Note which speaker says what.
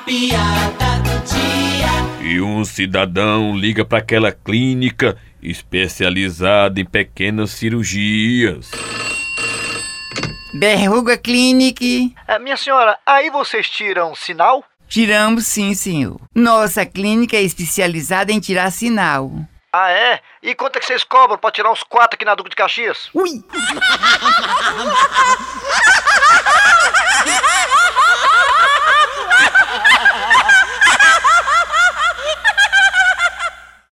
Speaker 1: piada do dia.
Speaker 2: E um cidadão liga para aquela clínica especializada em pequenas cirurgias.
Speaker 3: Berruga Clinic.
Speaker 4: Ah, minha senhora, aí vocês tiram sinal?
Speaker 3: Tiramos sim, senhor. Nossa clínica é especializada em tirar sinal.
Speaker 4: Ah, é? E quanto é que vocês cobram pra tirar uns quatro aqui na Duque de Caxias?
Speaker 3: Ui!